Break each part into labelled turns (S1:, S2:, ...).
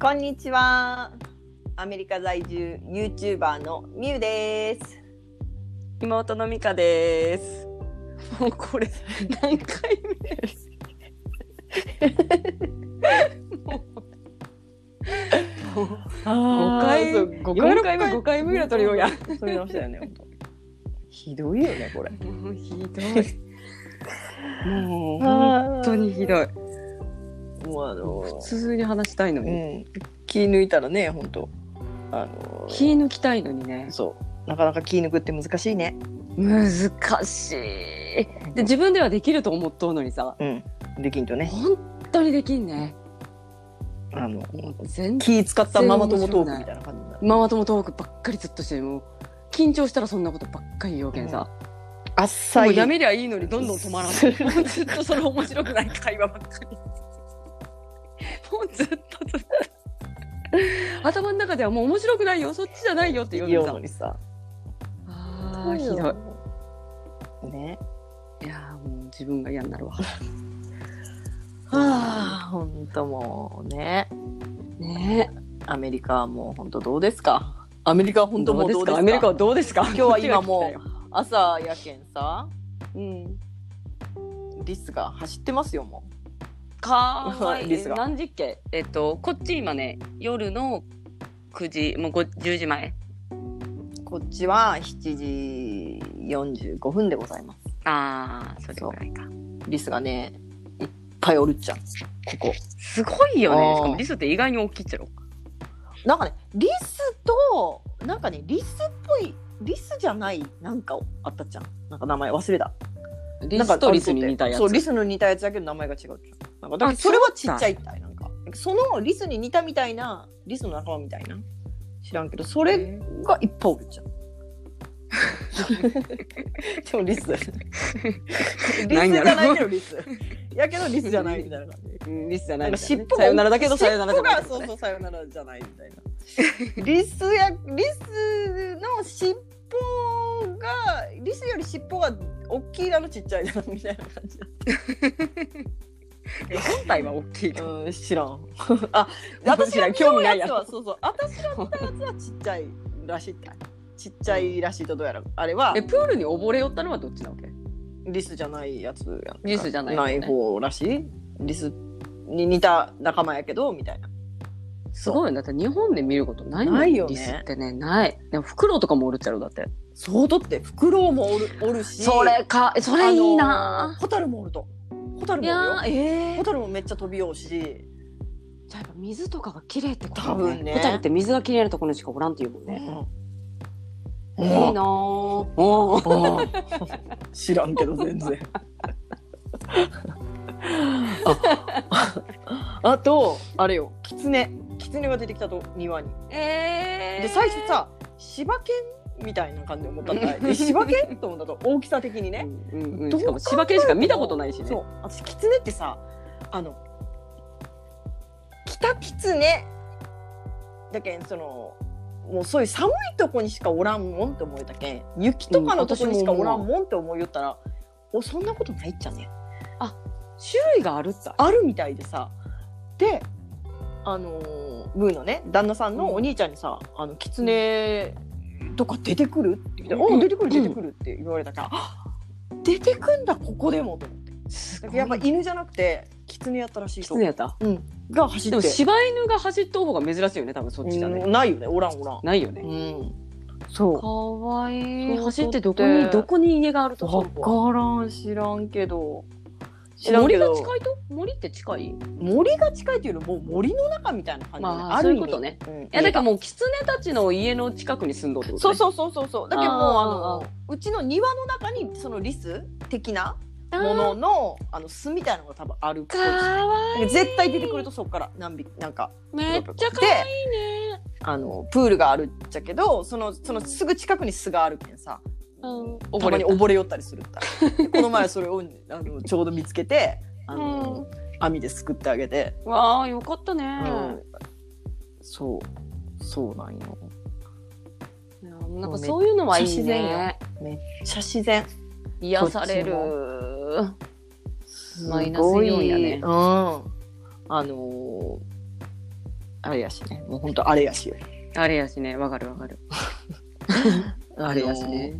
S1: こんにちは。アメリカ在住 YouTuber のミュウです。
S2: 妹のミカです。もうこれ何回目？も
S3: 五
S2: 回
S3: 回五回
S2: 四回目五回目ぐらい撮りようや
S3: 撮り直したよね。本当ひどいよねこれ。
S2: うもうひどい。もう
S3: あー
S2: 本当にひどい。
S3: もうあの
S2: 普通に話したいの
S3: う
S2: に、
S3: ん気抜いたらね本当あの
S2: 気抜きたいのにね。
S3: そうなかなか気抜くって難しいね。
S2: 難しい。で自分ではできると思っとうのにさ、
S3: うんできんとね
S2: 本当にできんね。
S3: あの
S2: もう全
S3: 気
S2: 然
S3: 使ったママ友トークみたいな感じになる。
S2: ママ友トークばっかりずっとしてもう緊張したらそんなことばっかり言うけんさ。
S3: あっ
S2: も
S3: さ
S2: う
S3: り
S2: やめりゃいいのにどんどん止ま らんずっとその面白くない会話ばっかりもうずっとずっと頭の中ではもう面白くないよそっちじゃないよって言う
S3: よう
S2: の
S3: の
S2: にさ
S3: にさ。
S2: あーひどい
S3: い。ね。
S2: いやーもう自分が嫌になるわ
S3: はあ本当もうね
S2: ねえ
S3: アメリカはもう本当どうですか。アメリカは本当もうどうですか。
S2: アメリカはどうですか今
S3: 日は今も朝やけんさ。
S2: う、うん、
S3: リスが走ってますよも
S2: かわい
S3: リ
S2: い
S3: スが
S2: 何時っけえっとこっち今ね夜の9時もう5 10時前
S3: うこっちは7時45分でございます
S2: ああそれぐらいか
S3: リスがねいっぱいおるっちゃんここ
S2: すごいよねしか
S3: あ
S2: も
S3: ー
S2: リスって意外に大きいっちゃろ
S3: なんかねリスとなんかねリスっぽいリスじゃないなんかあったじゃんなんか名前忘れた
S2: リ
S3: なんか
S2: スとリスに似たやつ。
S3: そうリスの似たやつだけど名前が違うじゃんなんかだから
S2: あ
S3: それはちっちゃい体なんかそのリスに似たみたいなリスの仲間みたいな知らんけどそ
S2: こ
S3: れがいっぱいおるじ ゃん。でもリス。リス じ
S2: な
S3: ゃ
S2: いんだろ
S3: ないけどリス。やけどリスじゃないみたいな感じ。
S2: リスじゃな
S3: ないんか
S2: みたい
S3: 尻尾
S2: なね。
S3: が
S2: さよならだけどさよならじゃない
S3: 尻尾がそうそうさよならじゃないみたいな。リスやリスの尻尾がリスより尻尾が大きいなのちっちゃいなのみたいな感じ。
S2: 本体は大きいけど。
S3: うん知らん。 あ、
S2: 私
S3: 私
S2: ら
S3: が
S2: 興
S3: 興
S2: 味
S3: 味
S2: な
S3: ないいや
S2: やつ
S3: つはそうそう。私が見たやつはちっちゃいらしいって。ちっちゃいらしいとどうやらあれは
S2: え、プールに溺れよったのはどっちなわけ
S3: リスじゃないやつやんか
S2: リスじゃない方
S3: な
S2: ね
S3: い方らしいリスに似た仲間やけどみたいな
S2: すごいよだって日本で見ることないもん
S3: ないよね
S2: リスってね、ない。でも、フクロウとかもおるっちゃろ、だって。
S3: そうだってフクロウもおるおるし
S2: それか、えそれいい
S3: あの
S2: な
S3: ホタルもおるとホタル
S2: ぁ。い
S3: もおる
S2: やー
S3: よ
S2: え
S3: ホ
S2: ー
S3: タルもめっちゃ飛びようし
S2: じゃあやっぱ水とかが綺麗ってこと
S3: 多分ね
S2: ホタルって水が綺麗なところにしかおらんっていうもんね。
S3: うん
S2: いいなぁ。おー
S3: うん知らんけど全 然ああとあれよキツネキツネが出てきたと庭に
S2: えー。
S3: で最初さ柴犬みたいな感じで思ったん だえ柴犬と思ったと大きさ的に
S2: う
S3: ね、
S2: ん、うんうん
S3: どう
S2: しかも、柴犬しか見たことないしね。
S3: そう私キツネってさあの北キツネだけんそのもうそういう寒いとこにしかおらんもんって思えたけん雪とかのとこにしかおらんもんって思いよったら、おそんなことないっちゃね
S2: 種類があるった。
S3: あるみたいでさであのームーのね旦那さんのお兄ちゃんにさ「あのキツネとか出てくる?」って言って「
S2: うん
S3: お出てくる出てくる」って言われたからあ「出てくんだここでも」と思って
S2: す
S3: だ
S2: ご
S3: か
S2: い
S3: らやっぱ犬じゃなくてキツネやったらしい
S2: キ
S3: 人
S2: ツネやった。
S3: が走
S2: で
S3: っ
S2: も
S3: て
S2: 柴犬が走った方が珍しいよね多分そっちじゃね、
S3: うんないよねおらんおらん。
S2: ないよね
S3: うん、そう
S2: わい
S3: い
S2: 走ってど
S3: そう
S2: こ
S3: そう
S2: にどこに家があると
S3: わ
S2: か
S3: からん知らんけど知らん
S2: 森
S3: け
S2: が
S3: ど
S2: 近いと森って近いい
S3: 森が近いというよりもう森の中みたいな感じ、
S2: まあ
S3: る意味
S2: そういうことね、
S3: うん、い
S2: やだからもうキツネたちの家の近くに住んどってこと、
S3: そう
S2: ね、う
S3: そうそうそうそう。だけどもうあ
S2: あ
S3: の
S2: ー
S3: うちの庭の中にそのリス的なもののあの巣みたいなのが多分あるっぽいし
S2: わいい
S3: 絶対出てくるとそこから何匹なんか
S2: めっちゃ可愛いね
S3: あのプールがあるっちゃけどそのそのすぐ近くに巣があるけんさ
S2: うん
S3: たまに
S2: 溺
S3: 溺れよったりするった らこの前それをあのちょうど見つけてあの、網ですくってあげて、
S2: れわあよかったね、
S3: うんそうそうなんよ
S2: いやなんかそういうのはいいね
S3: めっちゃ自然
S2: 癒される
S3: こっち
S2: マイナスイオンやね
S3: すごいうん。あのーあれやしねもう本当あれやしよ
S2: あれやしねわかるわか る
S3: あれやしね、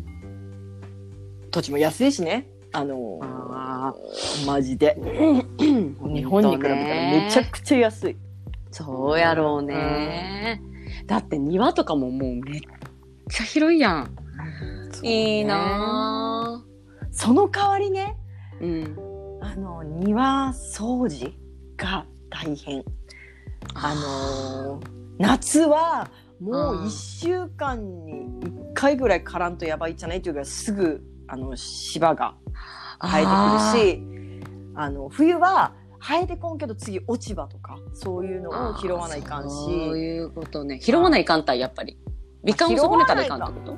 S3: 土地も安いしねあの
S2: あ
S3: ー
S2: のー
S3: マジで日本に比べたらめちゃくちゃ安い
S2: そうやろうね、だって庭とかももうめっちゃ広いやんいいな
S3: その代わりね
S2: ぁうん
S3: あの庭掃除が大変あのー夏はもう
S2: うん
S3: 1週間に1回ぐらい刈らんとやばいじゃないというかすぐあの芝が生えてくるしあの冬は生えてこんけど次落ち葉とかそういうのを拾わないかんし
S2: そういうことね拾わないかんたいやっぱり美観を損ねたらいかんってこと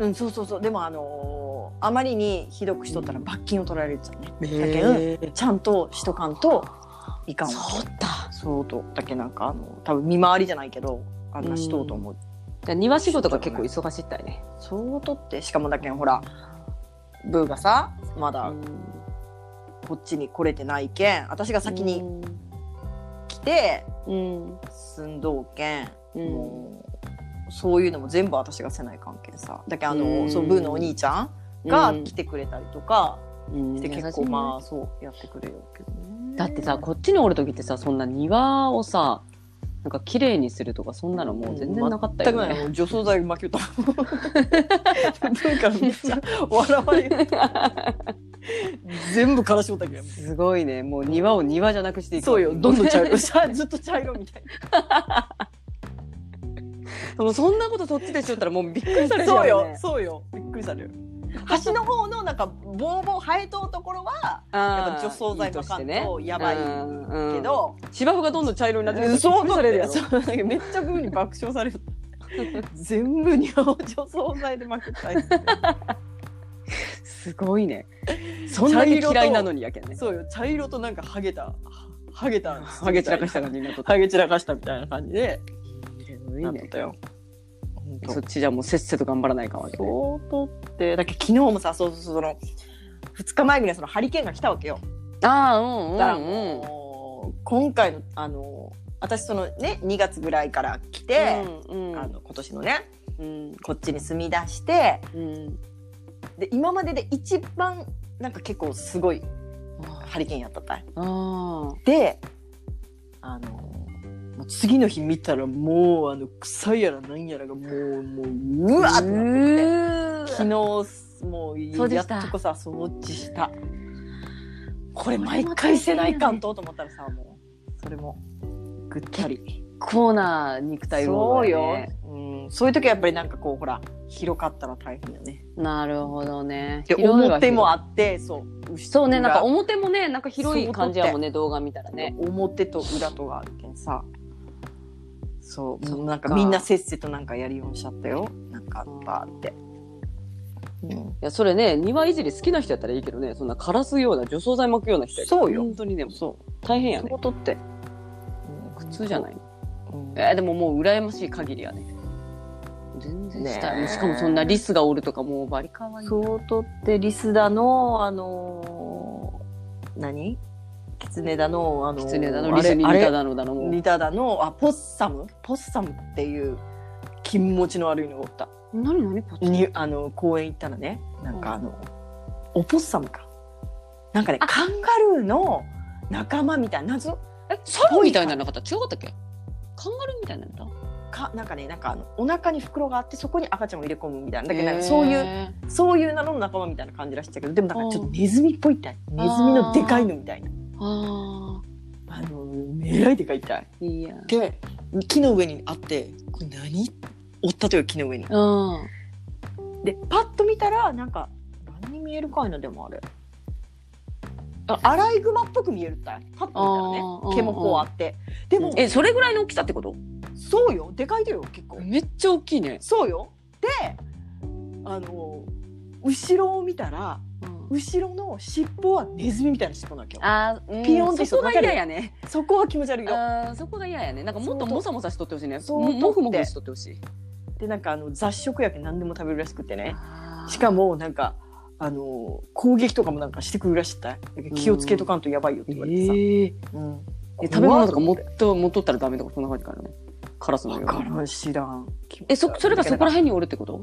S3: うん、そうそうそうでもあのーあまりにひどくしとったら罰金を取られるじゃんね、だけん
S2: へー
S3: ちゃんとしとかんといかんわ
S2: そうだ
S3: そうとだけなんかあの多分見回りじゃないけどあんなしとうと思う、
S2: じゃあ庭仕事が結構忙しいったいね
S3: そうとってしかもだけんほらブーがさまだこっちに来れてないけん私が先に来て
S2: うん
S3: 住んどうけん、
S2: うん
S3: もうそういうのも全部私がせない関係さだけんあの、
S2: うん
S3: そうブーのお兄ちゃんが来てくれたりとか
S2: うん
S3: して、結構まあそうやってくれようけどね
S2: だってさこっちにおる時ってさそんな庭をさなんか綺麗にするとかそんなのもう全然なかった
S3: 全く
S2: よ
S3: ない
S2: ね。
S3: もう除草剤巻き 歌文化めっちゃ笑われ る全部からしおったけど
S2: すごいねもう庭を庭じゃなくしていく
S3: そうよど んどん茶色
S2: で
S3: さずっと茶色みたい
S2: もそんなことそっちでしよったらもうびっくりさ
S3: な
S2: れ ちゃ
S3: そう
S2: うよ
S3: よ
S2: ね。
S3: そうよびっくりされる端の方のなんかボーボー生えとうところはやっぱ除草剤巻かんとやばいけ
S2: け
S3: ど、
S2: 芝生がどんどん茶色になって
S3: うんそう
S2: さ
S3: な
S2: れ
S3: れ
S2: る
S3: る
S2: や
S3: や
S2: ろ
S3: そうなんかめっちゃブーに爆笑される 全部に除草剤で巻くタイ プ
S2: すごいねそんなに嫌いなのにやけんね
S3: そうよ茶色となんかハゲたはハゲた
S2: ハゲ散らかした感じになっとった
S3: ハゲ散らかしたみたいな感じです
S2: ごい
S3: なっ
S2: ね
S3: とったよ。
S2: そっちじゃもうせっせと頑張らないかんわけね
S3: そうとってだけど昨日もさそうそうそうその2日前ぐらいそのハリケーンが来たわけよ。
S2: ああうん
S3: だからもう今回のあの私そのね2月ぐらいから来て、
S2: うんうん
S3: あの今年のね
S2: うん
S3: こっちに住み出して
S2: うん
S3: で今までで一番なんか結構すごいハリケーンやったったい。
S2: あ
S3: であのもう次の日見たらもうあの草やらなんやらがもうもううわ
S2: あ
S3: っってなって
S2: う
S3: きて昨日も
S2: そう
S3: う
S2: で
S3: や
S2: し
S3: ったとこさ掃除したこれ
S2: これも
S3: 毎回せないかんとと思ったらさもうそれもぐったり
S2: コーナー肉体労
S3: そう
S2: 働
S3: よ
S2: だね、
S3: うん、そういう時はやっぱりなんかこうほら広かったら大変よね
S2: なるほどね
S3: で
S2: 広いは広
S3: 表
S2: い
S3: もあってそう
S2: そうねなんか
S3: 裏
S2: 表もねなんか広い感じやもんね動画見たらね
S3: 表と裏とがあるけんさそう
S2: そっか
S3: もうなんかみんなせっせとなんかやりようしちゃったよなんかバーって、うん
S2: いやそれね庭いじり好きな人やったらいいけどねそんな枯らすような除草剤巻くような人やから
S3: そうよ
S2: 本当にでも
S3: そう
S2: 大変やね
S3: 事って、、
S2: 普通じゃないいの
S3: うん
S2: えーでももう羨ましい限りやね全然したい、
S3: ねえ
S2: しかもそんなリスがおるとかもうバリ可愛い
S3: そうとってリスだのあのー何キツネだのあのー
S2: キツネだのリスに似
S3: あれ
S2: た
S3: あれ
S2: だのだのもう
S3: 似ただのあポッサムポッサムっていう金持ちの悪いのがおった
S2: 何何ポチ
S3: にあの公園行ったらねなんかあの、オポッサムかなんかね
S2: あ
S3: カンガルーの仲間みたいな謎
S2: えサルみたいなのなかった違かったっけカンガルーみたいなのだ
S3: かなんかねなんかあのお腹に袋があってそこに赤ちゃんを入れ込むみたいなだけどなん
S2: へ
S3: か
S2: ー
S3: そういうそういう名の仲間みたいな感じらしいんだけどでもなんかちょっとネズミっぽいってネズミのでかいのみたいな
S2: あ
S3: あのえらいでかいって
S2: あいいや
S3: で木の上にあってこれ何おったという木の上に
S2: うん
S3: でパッと見たらなんか何に見えるかいなでもあれあアライグマっぽく見えるったいパッと見た
S2: あ
S3: ら
S2: ー
S3: ね毛もこうあってでも、
S2: えそれぐらいの大きさってこと
S3: そうよでかいだよ結構
S2: めっちゃ大きいね、
S3: そうよであの後ろを見たら後ろの尻尾はネズミみたいな尻尾なわけよ
S2: あー、うん
S3: ピヨンって
S2: そこが
S3: わかる
S2: 嫌やね
S3: そこは気持ち悪いよ
S2: あーそこが嫌やねなんかもっともさもさしとってほしいね
S3: そうとって
S2: もふもふしとってほしい
S3: でなんかあの雑食やけん何でも食べるらしくってねし
S2: も
S3: かもなんかあの攻撃とかもなんかしてくるらしいったいだけど気をつけとかんとやばいよって言われてさ、
S2: え
S3: うん
S2: で食べ物とか持っと持っとったらダメとかそんな感じからねカラスの
S3: わ
S2: よ
S3: か
S2: うに
S3: らん知らん
S2: えそそれがそこら辺におるってこと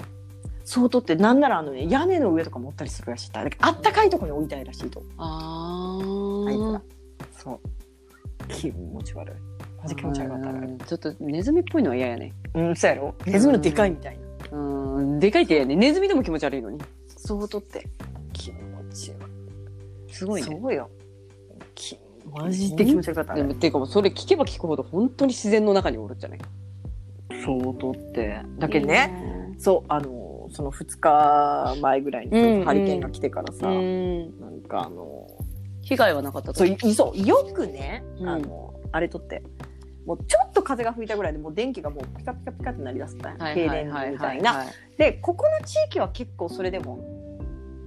S3: そうとってなんならあのね屋根の上とか持ったりするらしいだからあったかいとこに置いたいらしいと
S2: あ
S3: あいつ
S2: ー
S3: らそう気持ち悪いマジ気持ち悪かったあれ
S2: うんちょっとネズミっぽいのは嫌やね
S3: うんそうやろネズミのでかいみたいな
S2: うんでかいって嫌やねネズミでも気持ち悪いのに
S3: そうとって気持ち悪い
S2: すごい
S3: そ
S2: ね
S3: うよきマジで気持ち悪かったあ
S2: で
S3: れ
S2: もていうかもうそれ聞けば聞くほど本当に自然の中におるんじゃない
S3: そうとってだけどねそうあのその2日前ぐらいにそのハリケーンが来てから
S2: う
S3: さ
S2: ん
S3: なんかあの
S2: 被害はなかった
S3: そ
S2: と
S3: ういそうよくね、
S2: うん
S3: あのあれとってもうちょっと風が吹いたぐらいでもう電気がもうピカピカピカってなりだすった、
S2: はいはい
S3: 停
S2: は
S3: 電
S2: い
S3: みた
S2: はいい
S3: な。
S2: はい
S3: でここの地域は結構それでも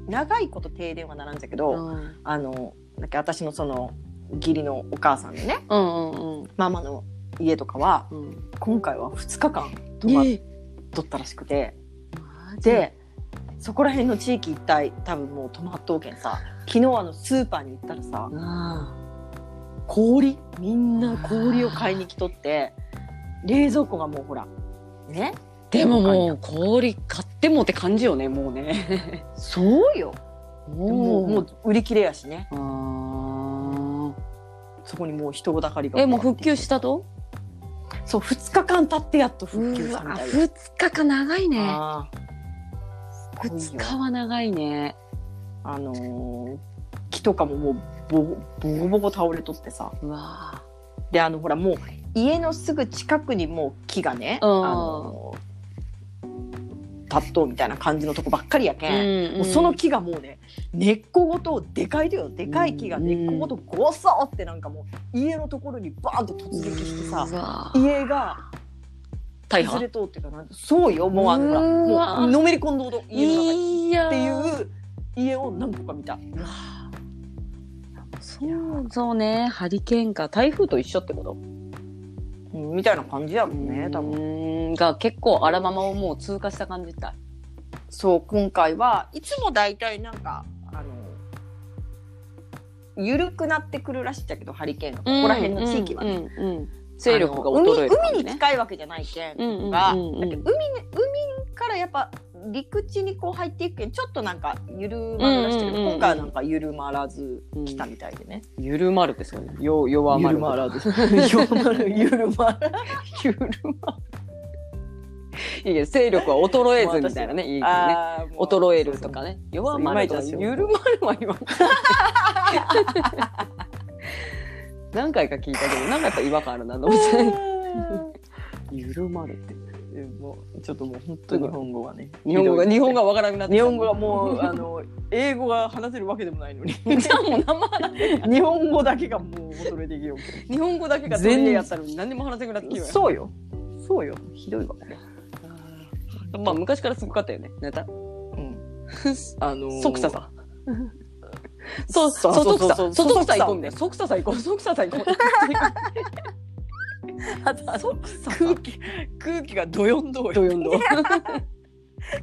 S3: 長いこと停電はならんじゃけど、
S2: うん
S3: あのなんか私のその義理のお母さんのね
S2: うんうん
S3: ママの家とかは
S2: うんうん
S3: 今回は2日間泊まっ
S2: え
S3: とったらしくて、
S2: マジ
S3: でそこら辺の地域一帯多分もう泊まっとうけんさ昨日あのスーパーに行ったらさ、
S2: うん
S3: 氷みんな氷を買いに来とって冷蔵庫がもうほらね
S2: でももう氷買ってもって感じよねもうね
S3: そうよも
S2: も
S3: うもう売り切れやしね
S2: あ
S3: そこにもう人だかりが
S2: ーえもう復旧したと
S3: そう2日間経ってやっと復旧
S2: う
S3: した
S2: わ
S3: みたいよ
S2: 2日か長いね
S3: あーすごい
S2: 2
S3: よ
S2: 日は長いね
S3: あのー木とかももうボコボコボコ倒れとってさ
S2: うわ
S3: であのほらもう家のすぐ近くにもう木がね、
S2: うん
S3: あのー立っとうみたいな感じのとこばっかりやけ
S2: ーうん
S3: もうその木がもうね根っこごとでかいだよでかい木が
S2: うん
S3: 根っこごとごそってなんかもう家のところにバーンと突撃してさ
S2: うわ
S3: 家が
S2: 大
S3: 崩れとうっていうかなんそうよもうあのほら
S2: うわ
S3: もうのめり込んどうと家の中に
S2: いや
S3: っ
S2: ー
S3: ていう家を何個か見た
S2: うわーそうそうねハリケーンか台風と一緒ってこと
S3: うんみたいな感じやもんね多分
S2: 分が結構あらままをもう通過した感じだ
S3: そう今回はいつも大体なんかあの緩くなってくるらしいんだけどハリケーンがここら辺の地域はね、
S2: うんうんうん勢力が衰える
S3: あの海
S2: 感じ
S3: 海に
S2: ね
S3: 近いわけじゃないけん
S2: うんうんうんうん
S3: が、だけど海ね海からやっぱ陸地にこう入っていくけんちょっとなんか緩まるらしいけど、
S2: うんうんうんうん
S3: 今回はなんか緩まらず来たみたいでね、
S2: 緩まるってそうねよ弱まる
S3: ず緩まる 緩まる
S2: 緩ま るいいけど勢力は衰えずみたいなねいいけどね
S3: あーもう
S2: 衰えるとかね弱まるとか
S3: そうそう
S2: 緩まるは言わない 何回か聞いたけどなんかやっぱ違和感あるなと思って緩まるって
S3: もうちょっともう本当に日本語はね
S2: 日本語が日本語がわからなくなって
S3: 日本語がもうあの英語が話せるわけでもないのに
S2: うじゃあもう生話
S3: 日本語だけがもう衰えていきよ
S2: 日本語だけが全然やったのに何にも話せなくなってきよ
S3: そうよそうよひどいわこれ
S2: まあ昔からすごかったよねネタ
S3: あのー
S2: 即 ささそうそう
S3: そう
S2: 即さ
S3: そうそう
S2: 即さ行こうみたいな即ささ行こう即ささ行こう即ささ
S3: 空気空気がどよんどうよ
S2: どよんど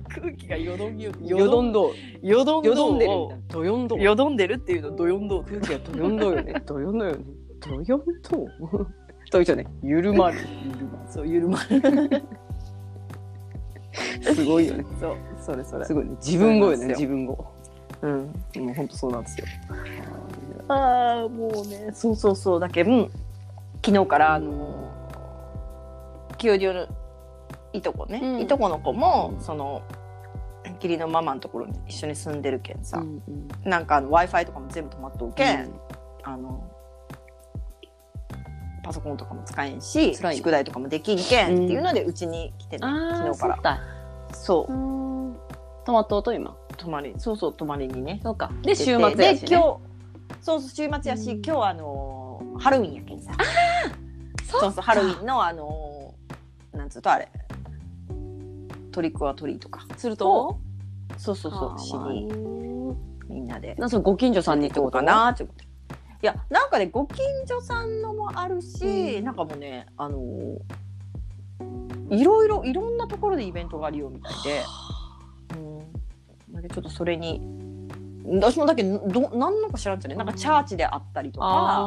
S3: 空気がよどんよ
S2: よど
S3: ん
S2: んど
S3: よどん
S2: よどんでるみ
S3: を
S2: たいなどよんど
S3: よどんでるっていうのどよんどう
S2: 空気がどよんどよね。どよんどよね。どよんど。と一緒ね。緩まる。
S3: そうゆるまる
S2: すごいよね。
S3: そうそれそれ
S2: すごいね。自分語よね。
S3: そうなんです
S2: 自分語。
S3: うんもう本当そうなんですよああもうねそうそうそうだけうん昨日からあのー給料のいとこね、
S2: うん
S3: いとこの子もその義理のママのところに一緒に住んでるけんさ、なんかあの w i f i とかも全部止まっとうけん、あのパソコンとかも使えんし
S2: 辛い
S3: 宿題とかもできんけ
S2: うん
S3: んっていうのでうちに来てね、
S2: ああ、
S3: 昨日
S2: そ
S3: か
S2: う
S3: ら
S2: か。。
S3: そううん
S2: トマトと今。
S3: 泊まりそうそう泊まりにね
S2: そうか。で、
S3: 出
S2: 週
S3: て
S2: 末やし、ね。
S3: で今日そうそう週末やし、
S2: うん
S3: 今日あのーハロウィンやけんさ
S2: そ
S3: そううそうハロウィンのあのーなんつうとあれトリックはトリーとか
S2: すると。
S3: そうそうそうしに
S2: に。
S3: みんなで
S2: な、そのご近所さんにって
S3: ど
S2: こ
S3: う
S2: と
S3: か。なって思って。いやなんかねご近所さんのもあるし、
S2: うん
S3: なんかもうねあのーいろいろいろんなところでイベントがあるよみたいで、うん、だけどちょっとそれに私もだけどど何のか知らんじゃねなんかチャーチであったりと
S2: あ
S3: か、
S2: あ。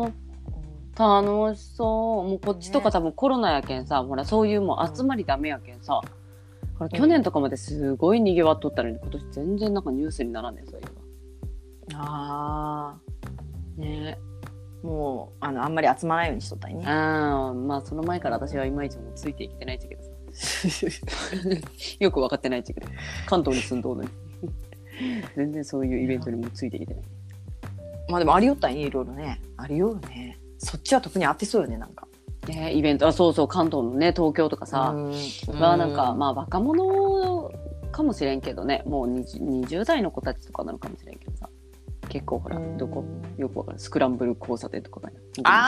S3: うん
S2: 楽しそう。もうこっちとか多分コロナやけんさ、ほら、そういうもう集まりダメやけんさ。ほら、去年とかまですごい賑わっとったのに、今年全然なんかニュースにならんねん、そうい
S3: あ
S2: えば。ね
S3: あもうあのあんまり集まらないようにしとったり
S2: え。
S3: ね
S2: ああ、まあその前から私はいまいちもうついていけてないっちゃけどさ。よく分かってないっちゃけど。関東に住んどうのに。全然そういうイベントにもついていけてない。
S3: まあでもありよったりねいろいろねありよるねそっちは特に当てそうよねなんか
S2: ねえイベント、あ、そうそう、関東のね、東京とか
S3: あ
S2: さ。はなんか、まあ若者かもしれんけどねもう 20, 20代の子たちとかなのかもしれんけどさ結構ほらどこよくわかるスクランブル交差点とかが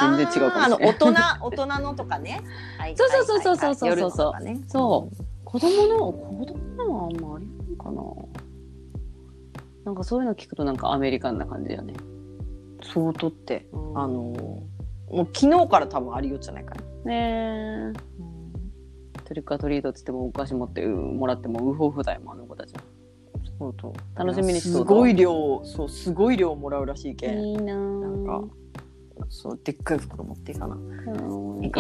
S2: 全然違うか
S3: あー
S2: もしれん
S3: あの大人大人のとかね。はい
S2: そうそうそうそう
S3: はい
S2: そう
S3: はいはい夜のとかね
S2: そう子供の子供のはあんまりないかななんかそういうの聞くとなんかアメリカンな感じだよね、
S3: そうとって
S2: うん
S3: あのもう昨日から多分ありよっじゃないかな。
S2: ねえトリックアトリートっつってもお菓子持ってうんもらってもウホフだよもうあの子たちは
S3: そうと
S2: 楽しみにしと
S3: す
S2: うと
S3: ごい量そうすごい量もらうらしいけん。
S2: いいな
S3: なん
S2: な
S3: かそうでっかい袋持っていかな。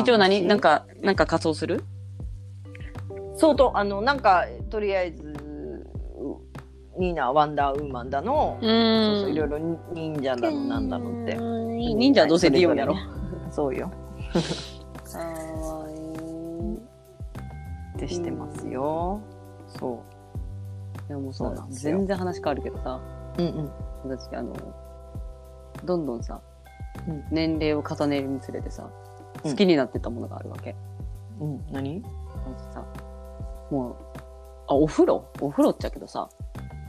S2: 一応何なんかなんか仮装する
S3: そうとあのなんかとりあえずニーナワンダーウーマンだの、
S2: ん
S3: そうそういろいろ忍者だのなんだのって。
S2: 忍者はどうせリオンやろ。
S3: そうよ。
S2: かわいい。
S3: ってしてますよ。そ
S2: でも
S3: そう
S2: さ
S3: な、んですよ
S2: 全然話変わるけどさ、
S3: う。うんうん。
S2: 私、あの、どんどんさ
S3: うん、
S2: 年齢を重ねるにつれてさ、
S3: うん
S2: 好きになってたものがあるわけ。
S3: うん、何
S2: あのさ、もう、あ、お風呂お風呂っちゃけどさ、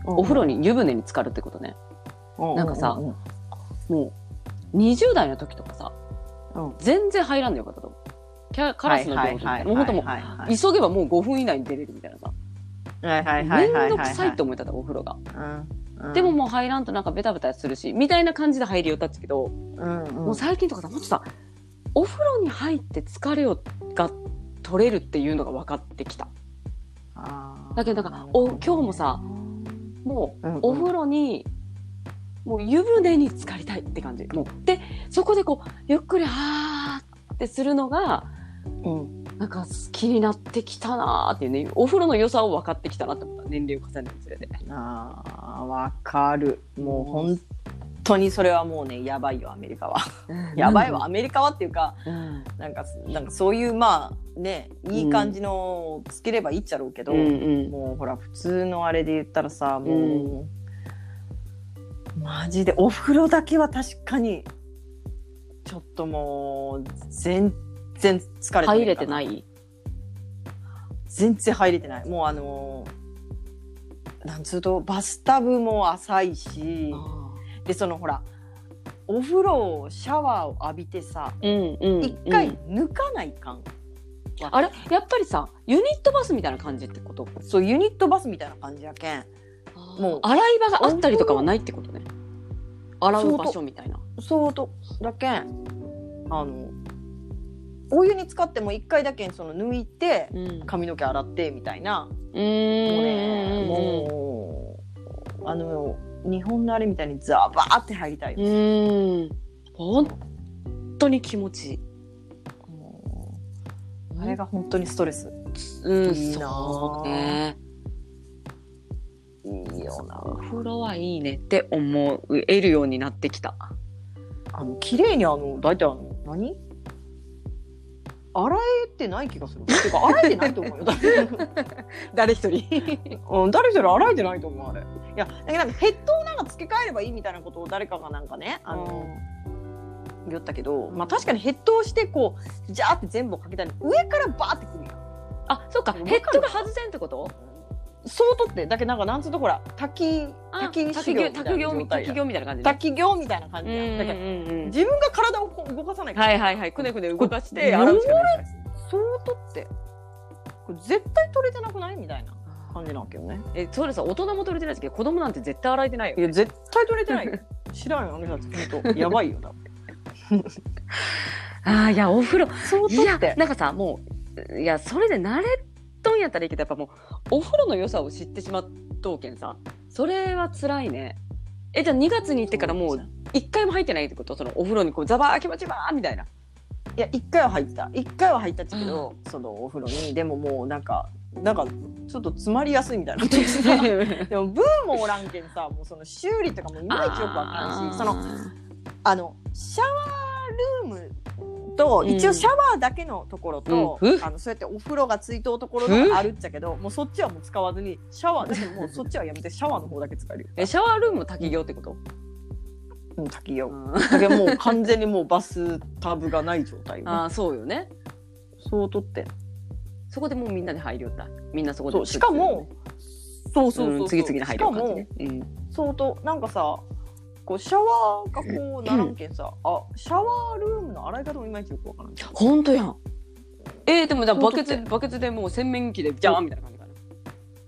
S2: お風呂に、湯船に浸かるってことね。
S3: 呂
S2: なんかさもう、20代の時とかさ
S3: うん、
S2: 全然入らんでよかったと思う。キャカラスの病気みたいな。もうほんともう、
S3: はいはい
S2: 急げばもう5分以内に出れるみたいなさ。
S3: はいはいはいは
S2: め
S3: い
S2: んどくさいと思ってたお風呂が。
S3: うんうん
S2: でももう入らんとなんかベタベタするしみたいな感じで入りよったっちけど、
S3: うんうん
S2: もう最近とかさもっとさお風呂に入って疲れをが取れるっていうのが分かってきた
S3: あー
S2: だけどなんかお今日もさもうお風呂に、もう湯船に浸かりたいって感じもうでそこでこうゆっくりはーってするのが
S3: うん
S2: なんか好きになってきたなーっていうねお風呂の良さを分かってきたなって思った年齢を重ねるにつれて
S3: あーわかるもう本当にそれはもうねやばいよアメリカはやばいわ、アメリカはっていうか
S2: うん
S3: なんかなんかそういうまあねいい感じのをつければいいっちゃろうけど、
S2: うんうん
S3: もうほら普通のあれで言ったらさもう、
S2: う
S3: マジでお風呂だけは確かにちょっともう全然疲れてない
S2: 入れてない
S3: 全然入れてないもうあのーなんつうとバスタブも浅いしでそのほらお風呂をシャワーを浴びてさ
S2: うんうんうん
S3: 一回抜かないかん、
S2: あれやっぱりさユニットバスみたいな感じってこと
S3: そうユニットバスみたいな感じやけん
S2: もう洗い場があったりとかはないってことね洗う場所みたいな
S3: そうとだけんあのお湯に浸かっても一回だけその抜いて
S2: うんうん
S3: 髪の毛洗ってみたいなもうね
S2: う
S3: もうあの日本のあれみたいにザバーって入りたいよ、
S2: んうん本当に気持ちいい
S3: もうあれが本当にストレス
S2: うん
S3: いいなあ
S2: そうね
S3: いいよな
S2: お風呂はいいねって思えるようになってきた
S3: あの綺麗にあの大体あの何洗えてない気がする。てか洗えてないと思うよ。だって
S2: 誰一 人
S3: うん、誰一人洗えてないと思うあれ。いやだけどなんかヘッドをなんか付け替えればいいみたいなことを誰かがなんかねあの、言ったけど、まあ、確かにヘッドをしてこうジャーって全部をかけたり上からバーってくるやん
S2: あそうかヘッドが外せんってこと
S3: そうとってだけどなんかなんつうとほら滝
S2: あ
S3: 滝修行みたいな状態
S2: 卓行
S3: や
S2: 卓行みたいな感じね
S3: 滝行みたいな感
S2: う
S3: じ
S2: ん
S3: やんだけど
S2: うんうん
S3: 自分が体をこう動かさないから、
S2: はいはいはいくねくね動かし
S3: これ
S2: て洗うしかない
S3: そうとってこれ絶対取れてなくないみたいな感じなんけどね
S2: えそれさ大人も取れてないですけど子供なんて絶対洗えてないよ
S3: いや絶対取れてないよ知らんよあの人たち本当やばいよだって
S2: あーいやお風呂
S3: そう
S2: い
S3: と
S2: や
S3: って
S2: なんかさもういやそれで慣れとんやったらいいけどやっぱもうお風呂の良さを知ってしまっとうけんさそれは辛いねえじゃあ2月に行ってからもう1回も入ってないってことそのお風呂にこうザバー気持ちいいわーみたい な
S3: いや一回は入った一回は入ったんですけど、そのお風呂にでももうなんかなんかちょっと詰まりやすいみた いなでもブーもおらんけんさもうその修理とかもいまいちよくわからんしそのあのシャワールームと、
S2: うん
S3: 一応シャワーだけのところと、
S2: うんふっ
S3: あのそうやってお風呂がついとうところのがあるっちゃけどもうそっちはもう使わずにシャワーだけもうそっちはやめてシャワーの方だけ使えるよ
S2: えシャワールーム滝行ってこと、
S3: うん滝よでもう完全にもうバスタブがない状態よ、ね、
S2: ああそうよね
S3: そうとって
S2: そこでもうみんなで入りよったみんなそこで
S3: そうしかもそうそうそうそう、
S2: うん次々に入りよった感じね
S3: しかも
S2: うん
S3: 相当なんかさこうシャワーがこうならんけんさ、あシャワールームの洗い方もいまいちよくわからん
S2: ほんとやんえー、でもだ
S3: そう
S2: バケツ
S3: 突
S2: バケツでもう洗面器でジャーンみたいな感じ か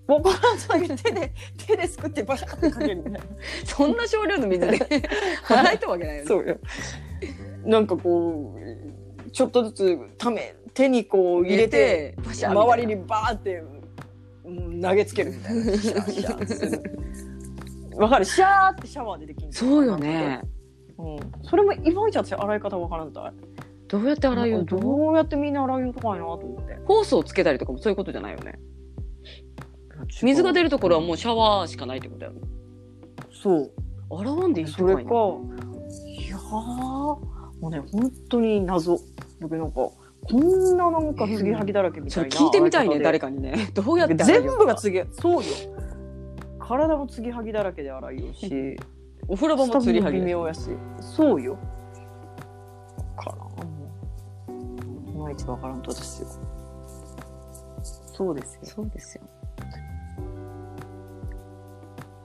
S2: な
S3: わからんそう いう手で手ですくってバシャってかけるみたいな
S2: そんな少量の水 で払えたわけないよね
S3: そうよ。なんかこうちょっとずつため手にこう入れて
S2: パシャ
S3: 周り
S2: に
S3: にバーってうん投げつけるみたいな。シャーシャーするわかるシャーってシャワーでできる。
S2: そうよ。ね
S3: うん。それもいまいち私洗い方わからんと。
S2: どうやって洗いようと
S3: どうやってみんな洗いようとかいなと思って。
S2: ホースをつけたりとかもそういうことじゃないよね水が出るところはもうシャワーしかないってことやろ
S3: そう。
S2: 洗わんでいい
S3: そ
S2: と
S3: れか
S2: かい、
S3: い
S2: な
S3: やーもうね、本当に謎。だけどなんか、こんななんか継ぎはぎだらけみ
S2: そ
S3: た
S2: れ
S3: いな。
S2: 聞いてみたい
S3: 洗方
S2: ね
S3: で
S2: 誰かにねどうやって洗い
S3: 全
S2: よう
S3: 部が
S2: か
S3: 継ぎ、そうよ。体も継ぎはぎだらけで洗いようし、
S2: お風呂場
S3: ス
S2: も
S3: タ
S2: 釣
S3: ブ
S2: り
S3: も
S2: はぎ
S3: 微
S2: だよ
S3: 妙やし、そうよ。かなもういまいちわからんとですよ。そうですよ。
S2: そうですよ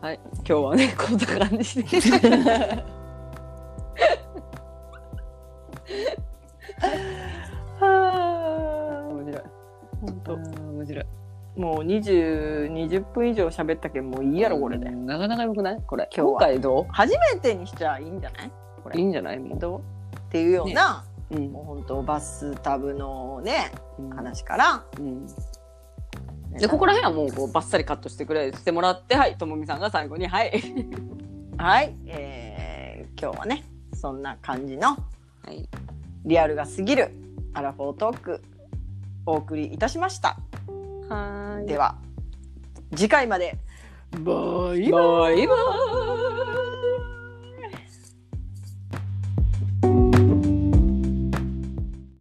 S2: はい今日は ねこんな感じで
S3: は
S2: 面白い
S3: あ、本当。
S2: 面白い
S3: もう20、20分以上喋ったけん、もういいやろ、これで
S2: う。んなかなか良くないこれ
S3: 今日は
S2: 今回ど
S3: 初めてにしちゃいいんじゃないう
S2: いいんじゃないも
S3: どうっていうような、
S2: う、うん
S3: もう本当バスタブのね
S2: うん
S3: 話から、
S2: うんでここら辺はもうこうバッサリカットしてくれしてもらってはいともみさんが最後にはい
S3: はい、えー今日はねそんな感じの
S2: はい
S3: リアルが過ぎるアラフォートークお送りいたしました
S2: はーい
S3: では次回までバイ
S2: バイバイ